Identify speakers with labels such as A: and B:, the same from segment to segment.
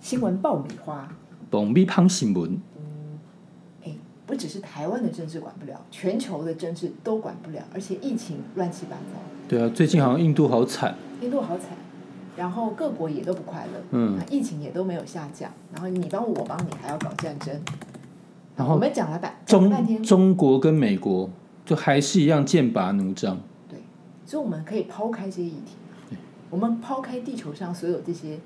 A: 新闻爆米花。
B: 蹦米胖新闻，
A: 哎，不只是台湾的政治管不了，全球的政治都管不了，而且疫情乱七八糟，
B: 对啊，最近好像印度好惨，
A: 印度好惨，然后各国也都不快乐，
B: 嗯
A: 那疫情也都没有下降，然后你帮我，我帮你，还要搞战争。
B: 然后
A: 我们讲了半讲了半天
B: 中，中国跟美国就还是一样剑拔弩张，
A: 所以我们可以抛开这些议题，我们抛开地球上所有这些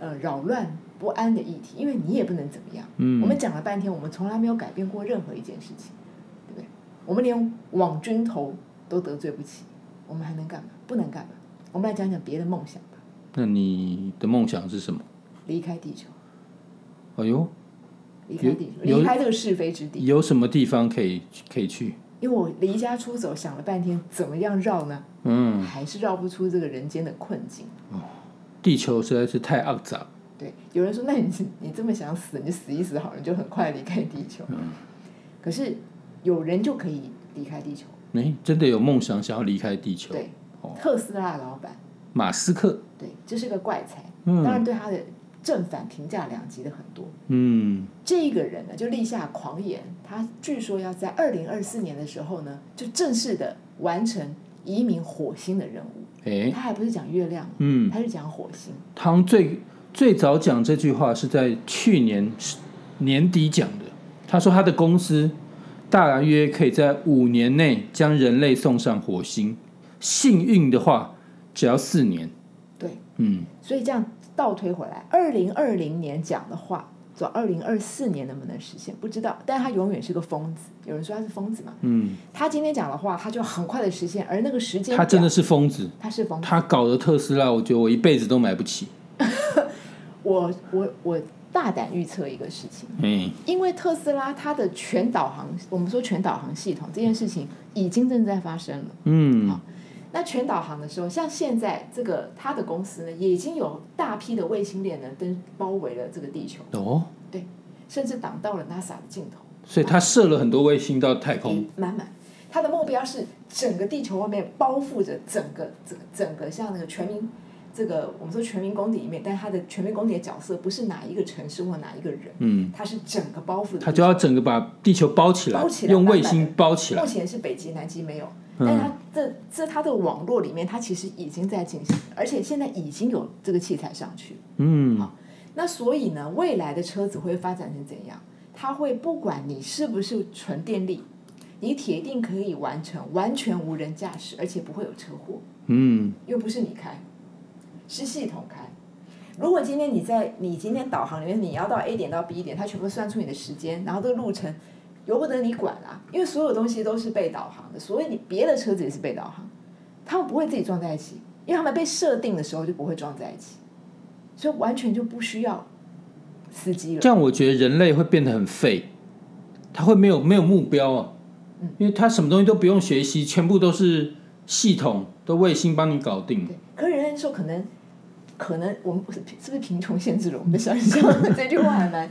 A: 呃扰乱不安的议题，因为你也不能怎么样。
B: 嗯
A: 我们讲了半天，我们从来没有改变过任何一件事情，对不对？我们连网军头都得罪不起，我们还能干嘛？不能干嘛？我们来讲讲别的梦想吧，
B: 那你的梦想是什么？
A: 离开地球，
B: 哎呦，
A: 离开地球，
B: 有有
A: 离开这个是非之地。
B: 有什么地方可以可以去？
A: 因为我离家出走想了半天，怎么样绕呢？
B: 嗯，
A: 还是绕不出这个人间的困境。
B: 地球实在是太肮脏，
A: 对，有人说，那你你这么想死，你就死一死好了，你就很快离开地球。
B: 嗯
A: 可是有人就可以离开地球，
B: 哎、真的有梦想想要离开地球，
A: 对
B: 哦，
A: 特斯拉老板，
B: 马斯克，
A: 对，这是个怪才，
B: 嗯
A: 当然对他的正反评价两极的很多。
B: 嗯，
A: 这个人呢，就立下狂言，他据说要在二零二四年的时候呢，就正式的完成移民火星的任务。
B: 哎、
A: 他还不是讲月亮哦，
B: 嗯，
A: 他是讲火星。
B: 他好像最最早讲这句话是在去年年底讲的。他说他的公司大约可以在五年内将人类送上火星，幸运的话只要四年。
A: 对，
B: 嗯，
A: 所以这样倒推回来，二零二零年讲的话，走二零二四年能不能实现不知道，但他永远是个疯子。有人说他是疯子嘛？
B: 嗯，
A: 他今天讲的话，他就很快的实现，而那个时间
B: 他真的
A: 表
B: 是疯子，
A: 他是疯子。
B: 他搞的特斯拉，我觉得我一辈子都买不起。
A: 我我我大胆预测一个事情，
B: 哎，
A: 因为特斯拉它的全导航，我们说全导航系统这件事情已经正在发生了。
B: 嗯
A: 好，那全导航的时候，像现在这个它的公司呢，也已经有大批的卫星链呢登包围了这个地球。
B: 哦，
A: 甚至挡到了 NASA 的镜头，
B: 所以他射了很多卫星到太空。
A: 满满。他的目标是整个地球外面包覆着整个整个整个像那个全民，这个我们说全民公敌里面，但他的全民公敌的角色不是哪一个城市或哪一个人，
B: 嗯，
A: 他是整个包覆的地球。
B: 他就要整个把地球包起来，
A: 包起来
B: 用
A: 慢慢
B: 卫星
A: 地
B: 包起来
A: 目。前是北极、南极没有，
B: 嗯
A: 但它这这它的网络里面，它其实已经在进行，而且现在已经有这个器材上去了。
B: 嗯，
A: 那所以呢，未来的车子会发展成怎样？它会不管你是不是纯电力，你铁定可以完成完全无人驾驶，而且不会有车祸，
B: 嗯，
A: 又不是你开，是系统开。如果今天你在你今天导航里面，你要到 A 点到 B 点，它全部算出你的时间，然后这个路程由不得你管啊，因为所有东西都是被导航的，所以你别的车子也是被导航，他们不会自己撞在一起，因为他们被设定的时候就不会撞在一起，所以完全就不需要司机了。
B: 这样我觉得人类会变得很废，他会没有没有目标啊，
A: 嗯
B: 因为他什么东西都不用学习，全部都是系统都卫星帮你搞定。
A: 对，可是人家说可能，可能我们是不是贫穷限制了我们的想象？这句话还蛮，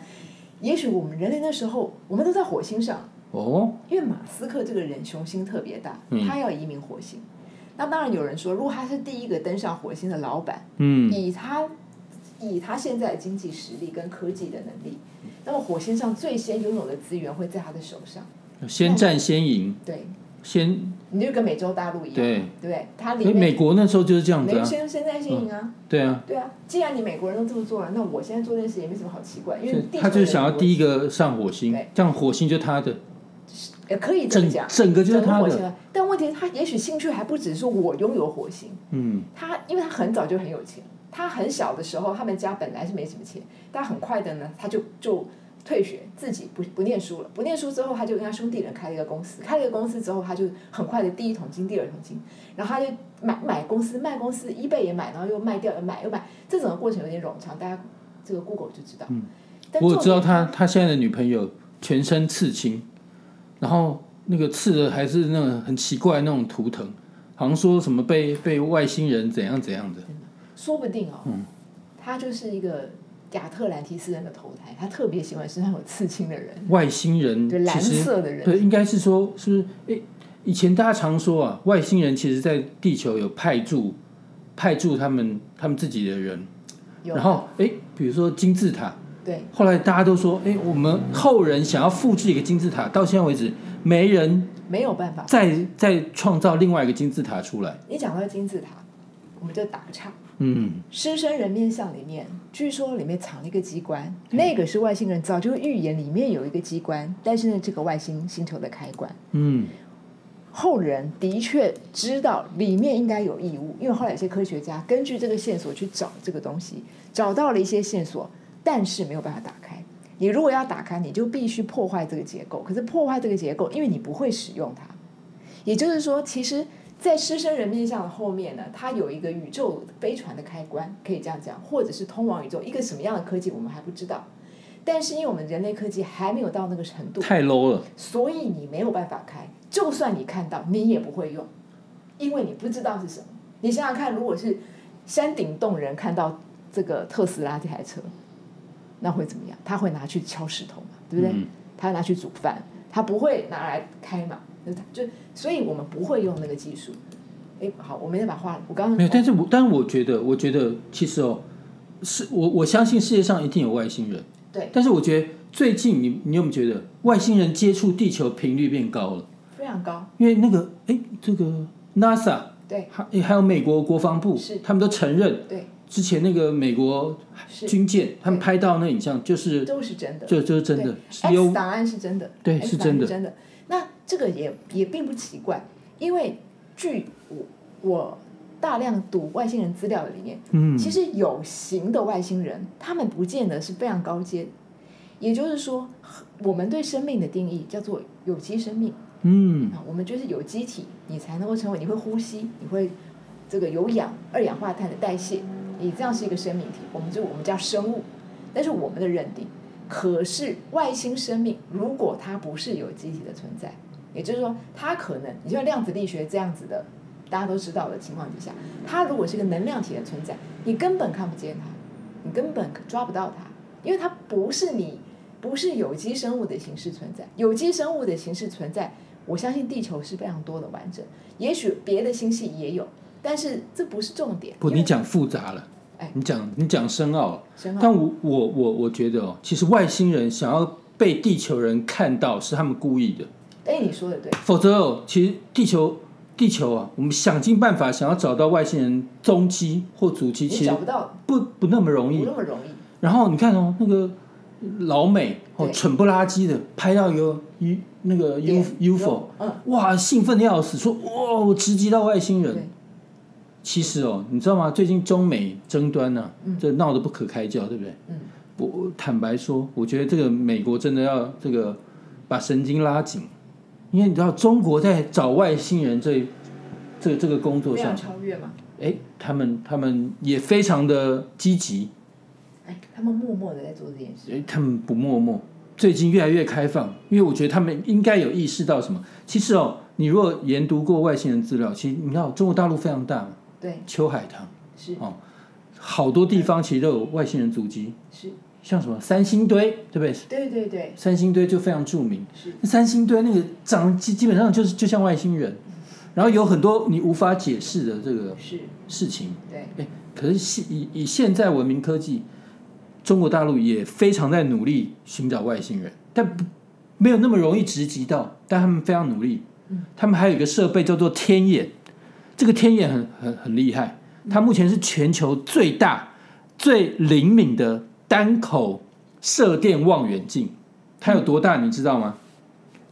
A: 也许我们人类那时候我们都在火星上，
B: 哦，
A: 因为马斯克这个人雄心特别大
B: 嗯，
A: 他要移民火星。那当然有人说，如果他是第一个登上火星的老板，
B: 嗯，
A: 以他以他现在的经济实力跟科技的能力，那么火星上最先拥有的资源会在他的手上。
B: 先战先赢，
A: 对，
B: 先
A: 你就跟美洲大陆一样，
B: 对
A: 对不对？他
B: 因为
A: 里
B: 美
A: 面
B: 国那时候就是这样
A: 没
B: 子
A: 有
B: 啊，
A: 先现在先赢啊。
B: 对啊，
A: 对啊，既然你美国人都这么做了，那我现在做这件事也没什么好奇怪，因
B: 所
A: 为
B: 以
A: 地球
B: 他就是想要第
A: 一，
B: 一个上火星
A: 对，
B: 这样火星就他的，
A: 也呃可以这么
B: 整
A: 讲，
B: 整个就是他
A: 火星
B: 的，
A: 了。但问题是，他也许兴趣还不只是我拥有火星，
B: 嗯，
A: 他因为他很早就很有钱，他很小的时候，他们家本来是没什么钱，但很快的呢，他就就退学，自己不不念书了。不念书之后，他就跟他兄弟人开了一个公司，开了一个公司之后，他就很快的第一桶金、第二桶金，然后他就买买公司、卖公司，一倍也买，然后又卖掉，又买又买，这整个过程有点冗长，大家这个 Google 就知道。嗯，但
B: 我有
A: 重
B: 知道
A: 点
B: 他他现在的女朋友全身刺青，然后那个刺的还是那种很奇怪的那种图腾，好像说什么被被外星人怎样怎样的。
A: 说不定哦，
B: 嗯
A: 他就是一个亚特兰蒂斯人的投胎，他特别喜欢身上有刺青的人，
B: 外星人
A: 就蓝
B: 嗯其实
A: 色的人。
B: 对，应该是说是不是？诶，以前大家常说啊，外星人其实在地球有派驻派驻他们他们自己的人，
A: 有
B: 然后，哎，比如说金字塔，
A: 对，
B: 后来大家都说，哎，我们后人想要复制一个金字塔，到现在为止，没人
A: 没有办法。
B: 再再创造另外一个金字塔出来。
A: 你讲到金字塔，我们就打个岔。
B: 嗯，
A: 狮身人面像里面，据说里面藏了一个机关，
B: 嗯
A: 那个是外星人早就预言里面有一个机关，但是呢，这个外星星球的开关，
B: 嗯，
A: 后人的确知道里面应该有异物，因为后来有些科学家根据这个线索去找这个东西，找到了一些线索，但是没有办法打开。你如果要打开，你就必须破坏这个结构。可是破坏这个结构，因为你不会使用它，也就是说，其实，在狮身人面像的后面呢，它有一个宇宙飞船的开关，可以这样讲，或者是通往宇宙一个什么样的科技，我们还不知道。但是，因为我们人类科技还没有到那个程度，
B: 太 low 了。
A: 所以你没有办法开，就算你看到，你也不会用，因为你不知道是什么。你想想看，如果是山顶洞人看到这个特斯拉这台车，那会怎么样？他会拿去敲石头嘛，对不对？
B: 嗯
A: 他拿去煮饭，他不会拿来开嘛，就就所以我们不会用那个技术。哎，好，我没再把话，我刚刚
B: 没有，但是我但是我觉得，我觉得其实哦，是我我相信世界上一定有外星人，
A: 对，
B: 但是我觉得最近你你有没有觉得外星人接触地球频率变高了？
A: 非常高，
B: 因为那个哎，这个 NASA
A: 哦对
B: 还还有美国国防部
A: 是，
B: 他们都承认
A: 对
B: 之前那个美国
A: 是，
B: 军舰他们拍到那影像就是
A: 都是真的。
B: 就就是真的，是
A: X
B: 有
A: 档案是真的，
B: 对
A: X
B: 是
A: 档案
B: 真的
A: 真的。那这个也也并不奇怪，因为据我我大量读外星人资料的里面，
B: 嗯
A: 其实有形的外星人，他们不见得是非常高阶，也就是说，我们对生命的定义叫做有机生命
B: 嗯
A: 啊，我们就是有机体，你才能够成为，你会呼吸，你会这个有氧二氧化碳的代谢，你这样是一个生命体，我们就我们叫生物，但是我们的认定。可是外星生命如果它不是有机体的存在，也就是说，它可能你就像量子力学这样子的，大家都知道的情况底下，它如果是个能量体的存在，你根本看不见它，你根本抓不到它，因为它不是你，不是有机生物的形式存在。有机生物的形式存在，我相信地球是非常多的完整，也许别的星系也有，但是这不是重点。
B: 不，
A: 因为
B: 你讲复杂了
A: 哎，
B: 你讲你讲深奥了，
A: 深奥
B: 但我我我我觉得哦，其实外星人想要被地球人看到是他们故意的，
A: 哎，你说的对，
B: 否则哦，其实地球地球啊，我们想尽办法想要找到外星人踪迹或足迹，
A: 你
B: 其
A: 找
B: 实
A: 不到，
B: 不不那么容易
A: 不。那么容易。
B: 然后你看哦，那个老美哦，
A: 对
B: 蠢不拉几的拍到一个 U 那个 U
A: 点
B: UFO，
A: 嗯，
B: 哇，兴奋的要死，说哇，我直击到外星
A: 对
B: 人。其实哦，你知道吗？最近中美争端呢、这闹得不可开交，对不对？
A: 嗯，
B: 我坦白说，我觉得这个美国真的要这个把神经拉紧，因为你知道中国在找外星人这这这个工作
A: 非
B: 上
A: 常，超越嘛。
B: 哎，他们他们也非常的积极，
A: 哎，他们默默的在做这件事。
B: 诶他们不默默，最近越来越开放，因为我觉得他们应该有意识到什么。其实哦，你如果研读过外星人资料，其实你看中国大陆非常大嘛，
A: 对，
B: 秋海棠
A: 是
B: 哦，好多地方其实都有外星人足迹，
A: 是，
B: 像什么三星堆，对不对？
A: 对对对，
B: 三星堆就非常著名，
A: 是
B: 那三星堆那个长基基本上就是就像外星人，然后有很多你无法解释的这个
A: 是，
B: 事情。
A: 对，
B: 哎，可是现以以现在文明科技，中国大陆也非常在努力寻找外星人，但不没有那么容易直击到，但他们非常努力。他们还有一个设备叫做天眼，这个天眼很很很厉害，它目前是全球最大、最灵敏的单口射电望远镜。它有多大，你知道吗？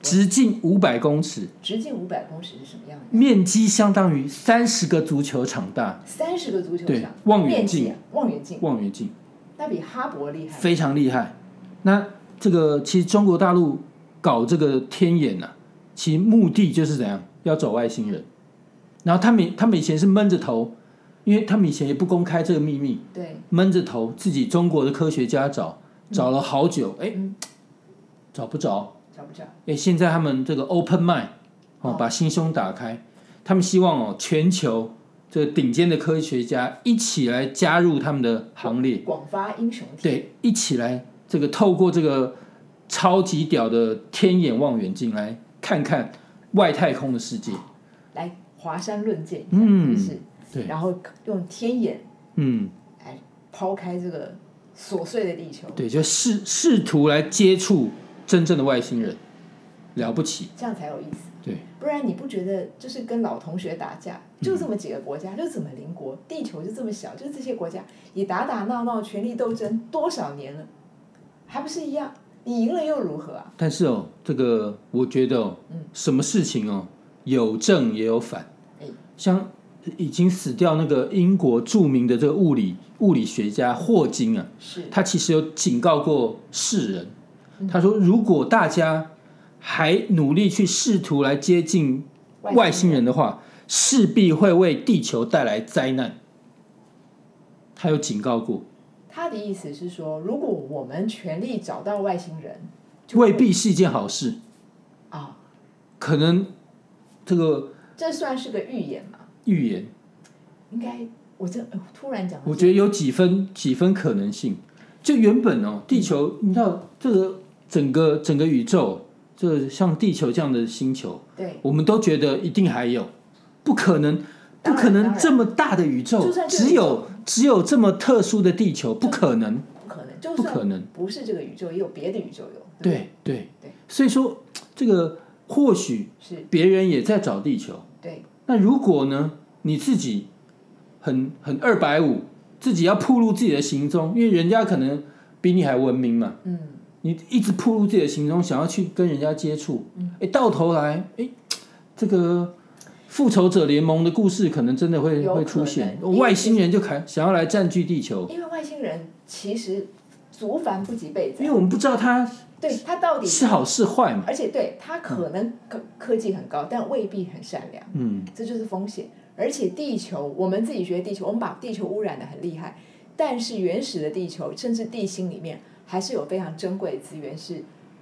B: 直径五百公尺，
A: 直径五百公尺是什么样的？
B: 面积相当于三十个足球场大。
A: 三十个足球
B: 对
A: 场，
B: 望远
A: 面积
B: 镜
A: 啊，望远镜，
B: 望远镜。
A: 那比哈勃厉害。
B: 非常厉害。那这个其实中国大陆搞这个天眼啊，其实目的就是怎样要找外星人。然后他们他们以前是闷着头，因为他们以前也不公开这个秘密，
A: 对，
B: 闷着头自己中国的科学家找，找了好久，哎、
A: 嗯
B: 找不着。
A: 找不着，
B: 哎，现在他们这个 open mind 哦，
A: 哦
B: 把心胸打开，他们希望哦，全球这个顶尖的科学家一起来加入他们的行列。
A: 广发英雄体，
B: 对，一起来这个透过这个超级屌的天眼望远镜来看看外太空的世界。
A: 来华山论剑，
B: 嗯
A: 是，
B: 对，
A: 然后用天眼
B: 嗯，
A: 来抛开这个琐碎的地球，
B: 对，就试试图来接触真正的外星人，了不起。
A: 这样才有意思。
B: 对，
A: 不然你不觉得就是跟老同学打架，
B: 嗯
A: 就这么几个国家，就这么邻国，地球就这么小，就这些国家，你打打闹闹，权力斗争多少年了，还不是一样？你赢了又如何啊？
B: 但是哦，这个我觉得哦，什么事情哦，有正也有反
A: 哎。
B: 像已经死掉那个英国著名的这个物理物理学家霍金啊，
A: 是
B: 他其实有警告过世人，他说如果大家还努力去试图来接近外星人的话，势必会为地球带来灾难。他有警告过，
A: 他的意思是说，如果我们全力找到外星人，就
B: 未必是一件好事，
A: 啊、
B: 可能这个
A: 这算是个预言嘛？
B: 预言。
A: 应该，我这、呃突然讲到这个，
B: 我觉得有几分几分可能性。就原本哦，地球，你知道这个整个整个宇宙，这个像地球这样的星球，
A: 对，
B: 我们都觉得一定还有，不可能，不
A: 当然
B: 可
A: 当
B: 能
A: 然
B: 这么大的宇宙
A: 就算，这个宇宙
B: 只有只有这么特殊的地球，不可能，
A: 不可能，就
B: 不可
A: 算
B: 能。
A: 不是这个宇宙，也有别的宇宙有，不
B: 对对
A: 对，
B: 所以说这个或许
A: 是
B: 别人也在找地球，
A: 对，
B: 那如果呢，你自己很很二百五，自己要暴露自己的行踪，因为人家可能比你还文明嘛，
A: 嗯，
B: 你一直暴露自己的行踪，想要去跟人家接触，
A: 嗯
B: 哎，到头来，哎，这个复仇者联盟的故事可能真的会
A: 有可
B: 会
A: 能
B: 出现，
A: 因为
B: 外星人就开想要来占据地球，
A: 因为外星人其实族繁不及备
B: 因
A: 载
B: 为，我们不知道他
A: 对他到底，
B: 是好是坏嘛，
A: 而且对他可能科科技很高，但未必很善良，
B: 嗯，
A: 这就是风险。而且地球，我们自己学地球，我们把地球污染的很厉害，但是原始的地球，甚至地心里面，还是有非常珍贵的资源是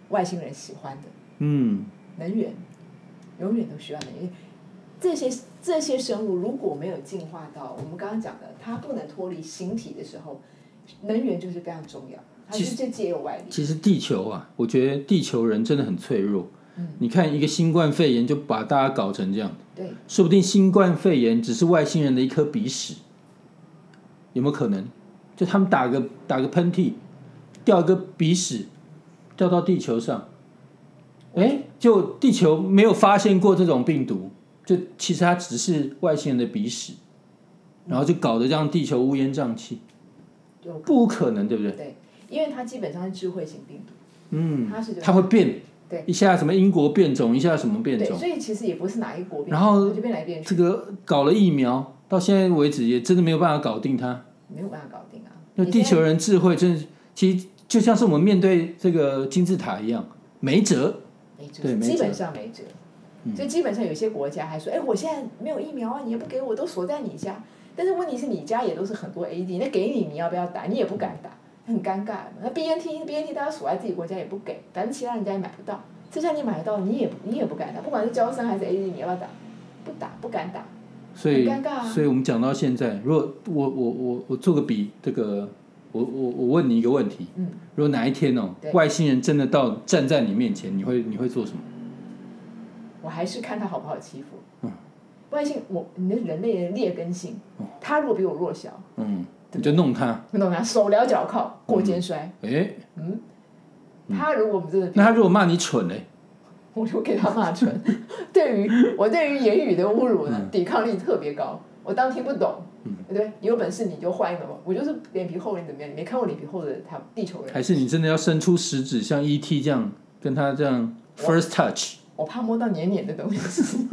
A: 外星人喜欢的。
B: 嗯，
A: 能源，永远都需要能源。这些这些生物如果没有进化到我们刚刚讲的，它不能脱离形体的时候，能源就是非常重要，它
B: 其
A: 是这借由外力。
B: 其实地球啊，我觉得地球人真的很脆弱，
A: 嗯
B: 你看一个新冠肺炎就把大家搞成这样。
A: 对，
B: 说不定新冠肺炎只是外星人的一颗鼻屎，有没有可能？就他们打个打个喷嚏，掉一个鼻屎，掉到地球上，哎，就地球没有发现过这种病毒，就其实它只是外星人的鼻屎，然后就搞得让地球乌烟瘴气，
A: 有
B: 不可能，对不对？
A: 因为它基本上是智慧型病毒，
B: 嗯，
A: 它是这个
B: 它会变，
A: 对
B: 一下什么英国变种，一下什么变
A: 对，
B: 种，
A: 所以其实也不是哪一国变，
B: 然后
A: 它就变来变去，
B: 这个搞了疫苗，到现在为止也真的没有办法搞定它。
A: 没有办法搞定啊。
B: 那
A: 你
B: 地
A: 现在
B: 球人智慧真是，其实就像是我们面对这个金字塔一样，没辙。
A: 没辙
B: 对没
A: 基本
B: 辙嗯
A: 上没辙。所以基本上有些国家还说，哎，我现在没有疫苗啊，你也不给我，都锁在你家。但是问题是你家也都是很多 AD，那给你你要不要打？你也不敢打，很尴尬。那 BNT BNT 大家锁在自己国家也不给，反正其他人家也买不到，这下你买得到，你也你也不敢打，不管是胶生还是 AD，你要不要打？不打，不敢打。
B: 所以，
A: 很尴尬啊
B: 所以我们讲到现在，如果我我我我做个比这个，我我我问你一个问题，
A: 嗯，
B: 如果哪一天哦，
A: 对
B: 外星人真的到站在你面前，你会你会做什么？
A: 我还是看他好不好欺负。
B: 嗯
A: 外星，我你的人类的劣根性，他如果比我弱小，
B: 嗯，你就弄他，
A: 你懂吗？手撩脚靠，过肩摔。
B: 哎，
A: 他如果不是
B: 那他如果骂你蠢嘞，
A: 我就给他骂蠢。对于我对于言语的侮辱呢，抵抗力特别高，我当听不懂。对不对，你有本事你就换一个嘛。我就是脸皮厚，你怎么样？你没看过脸皮厚的他地球人？
B: 还是你真的要伸出食指，像 E.T. 这样跟他这样 first touch？
A: 我怕摸到黏黏的东西，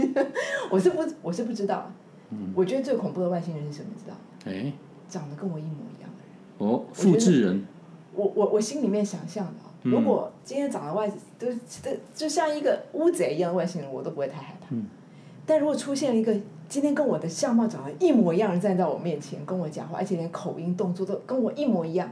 A: 我是不我是不知道。我觉得最恐怖的外星人是什么？你知道？
B: 哎，
A: 长得跟我一模一样的人。
B: 哦，
A: 觉得
B: 复制人，
A: 我我我心里面想象的啊，如果今天长得外都都就像一个乌贼一样的外星人，我都不会太害怕。但如果出现了一个今天跟我的相貌长得一模一样的人站在我面前跟我讲话，而且连口音动作都跟我一模一样，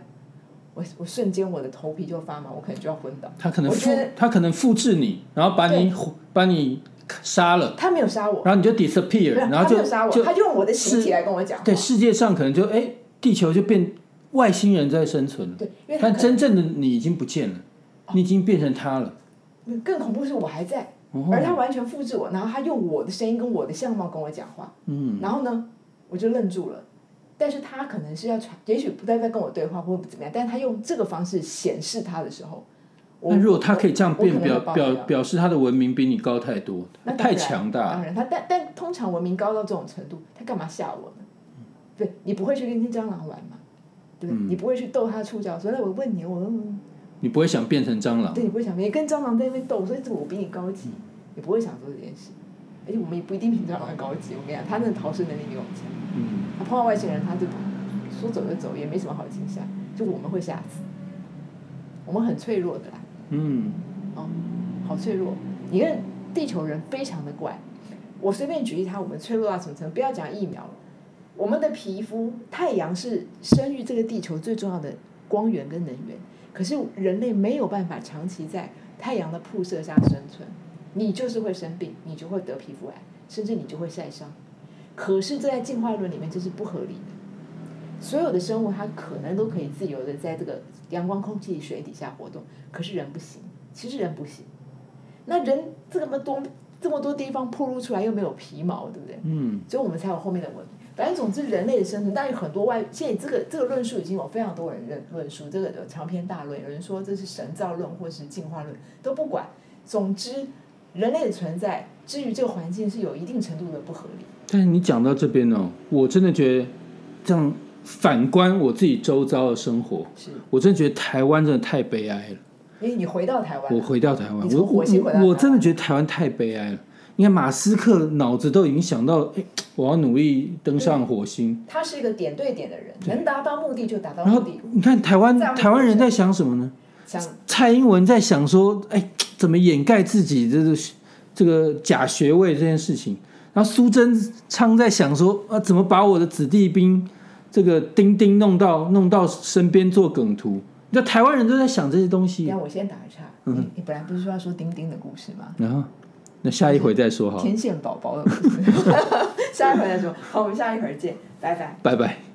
A: 我我瞬间我的头皮就发麻，我可能就要昏倒。
B: 他可能
A: 我
B: 复
A: 觉得
B: 他可能复制你，然后把你把你杀了，
A: 他没有杀我，
B: 然后你就
A: 没
B: disappear，
A: 有，
B: 然后
A: 他没有
B: 就
A: 杀我，
B: 就
A: 他就用我的形
B: 是
A: 体来跟我讲话。
B: 对世界上可能就哎地球就变外星人在生存了，
A: 对，因为他
B: 但
A: 可哦
B: 真正的你已经不见了，你已经变成他了。
A: 能更恐怖是我还在，
B: 哦，
A: 而他完全复制我，然后他用我的声音跟我的相貌跟我讲话。
B: 嗯，
A: 然后呢，我就愣住了。但是他可能是要传，也许不再在跟我对话或者怎么样，但是他用这个方式显示他的时候，我
B: 那如果他可以这样
A: 我我可
B: 变
A: 能
B: 表
A: 会爆
B: 表
A: 掉
B: 表示他的文明比你高太多
A: 那，当
B: 太
A: 然
B: 强大了。
A: 当然，他但但通常文明高到这种程度，他干嘛吓我呢？
B: 嗯
A: 对你不会去跟蟑螂玩嘛？对不对？你不会去逗它触角，所以我问你，我问，
B: 你不会想变成蟑螂，
A: 对，你不会想，你跟蟑螂在那边斗，所以这个我比你高级，你不会想做这件事。而且我们也不一定比蟑螂高级，我跟你讲，它那逃生能力比我们强。
B: 嗯，
A: 他碰到外星人，他就说走就走，也没什么好惊吓，就我们会吓死，我们很脆弱的啦，
B: 嗯，
A: 哦，好脆弱。你看地球人非常的怪，我随便举例他，我们脆弱到什么程度？不要讲疫苗了，我们的皮肤，太阳是生育这个地球最重要的光源跟能源，可是人类没有办法长期在太阳的曝射下生存，你就是会生病，你就会得皮肤癌，甚至你就会晒伤。可是这在进化论里面这是不合理的。所有的生物它可能都可以自由的在这个阳光、空气、水底下活动，可是人不行。其实人不行，那人这么多这么多地方暴露出来又没有皮毛，对不对？
B: 嗯，
A: 所以我们才有后面的文明。反正总之，人类的生存，但有很多外，现在这个这个论述已经有非常多人论论述，这个有长篇大论，有人说这是神造论或是进化论，都不管。总之，人类的存在，至于这个环境是有一定程度的不合理。
B: 但是你讲到这边哦，我真的觉得这样反观我自己周遭的生活，
A: 是，
B: 我真的觉得台湾真的太悲哀了。
A: 因为你回到台湾
B: 我
A: 了，
B: 回到台湾，
A: 你
B: 我
A: 从
B: 我
A: 火星回到台
B: 我
A: 湾
B: 我真的觉得台湾太悲哀了。你看马斯克脑子都已经想到，哎，我要努力登上火星。
A: 他是一个点对点的人，能达到目的就达到
B: 嗯然
A: 目
B: 后
A: 的。嗯
B: 你看台湾
A: 在乎
B: 台湾人在想什么呢？
A: 想
B: 蔡英文在想说，哎，怎么掩盖自己这个这个假学位这件事情？然后苏贞昌在想说，啊，怎么把我的子弟兵这个丁丁弄到弄到身边做梗图？你知道台湾人都在想这些东西。嗯
A: 让我先打个岔，你你本来不是说要说丁丁的故事吗？
B: 然后，那下一回再说好 了，
A: 天线宝宝的故事，下一回再说。好，我们下一会儿见，拜拜。
B: 拜拜。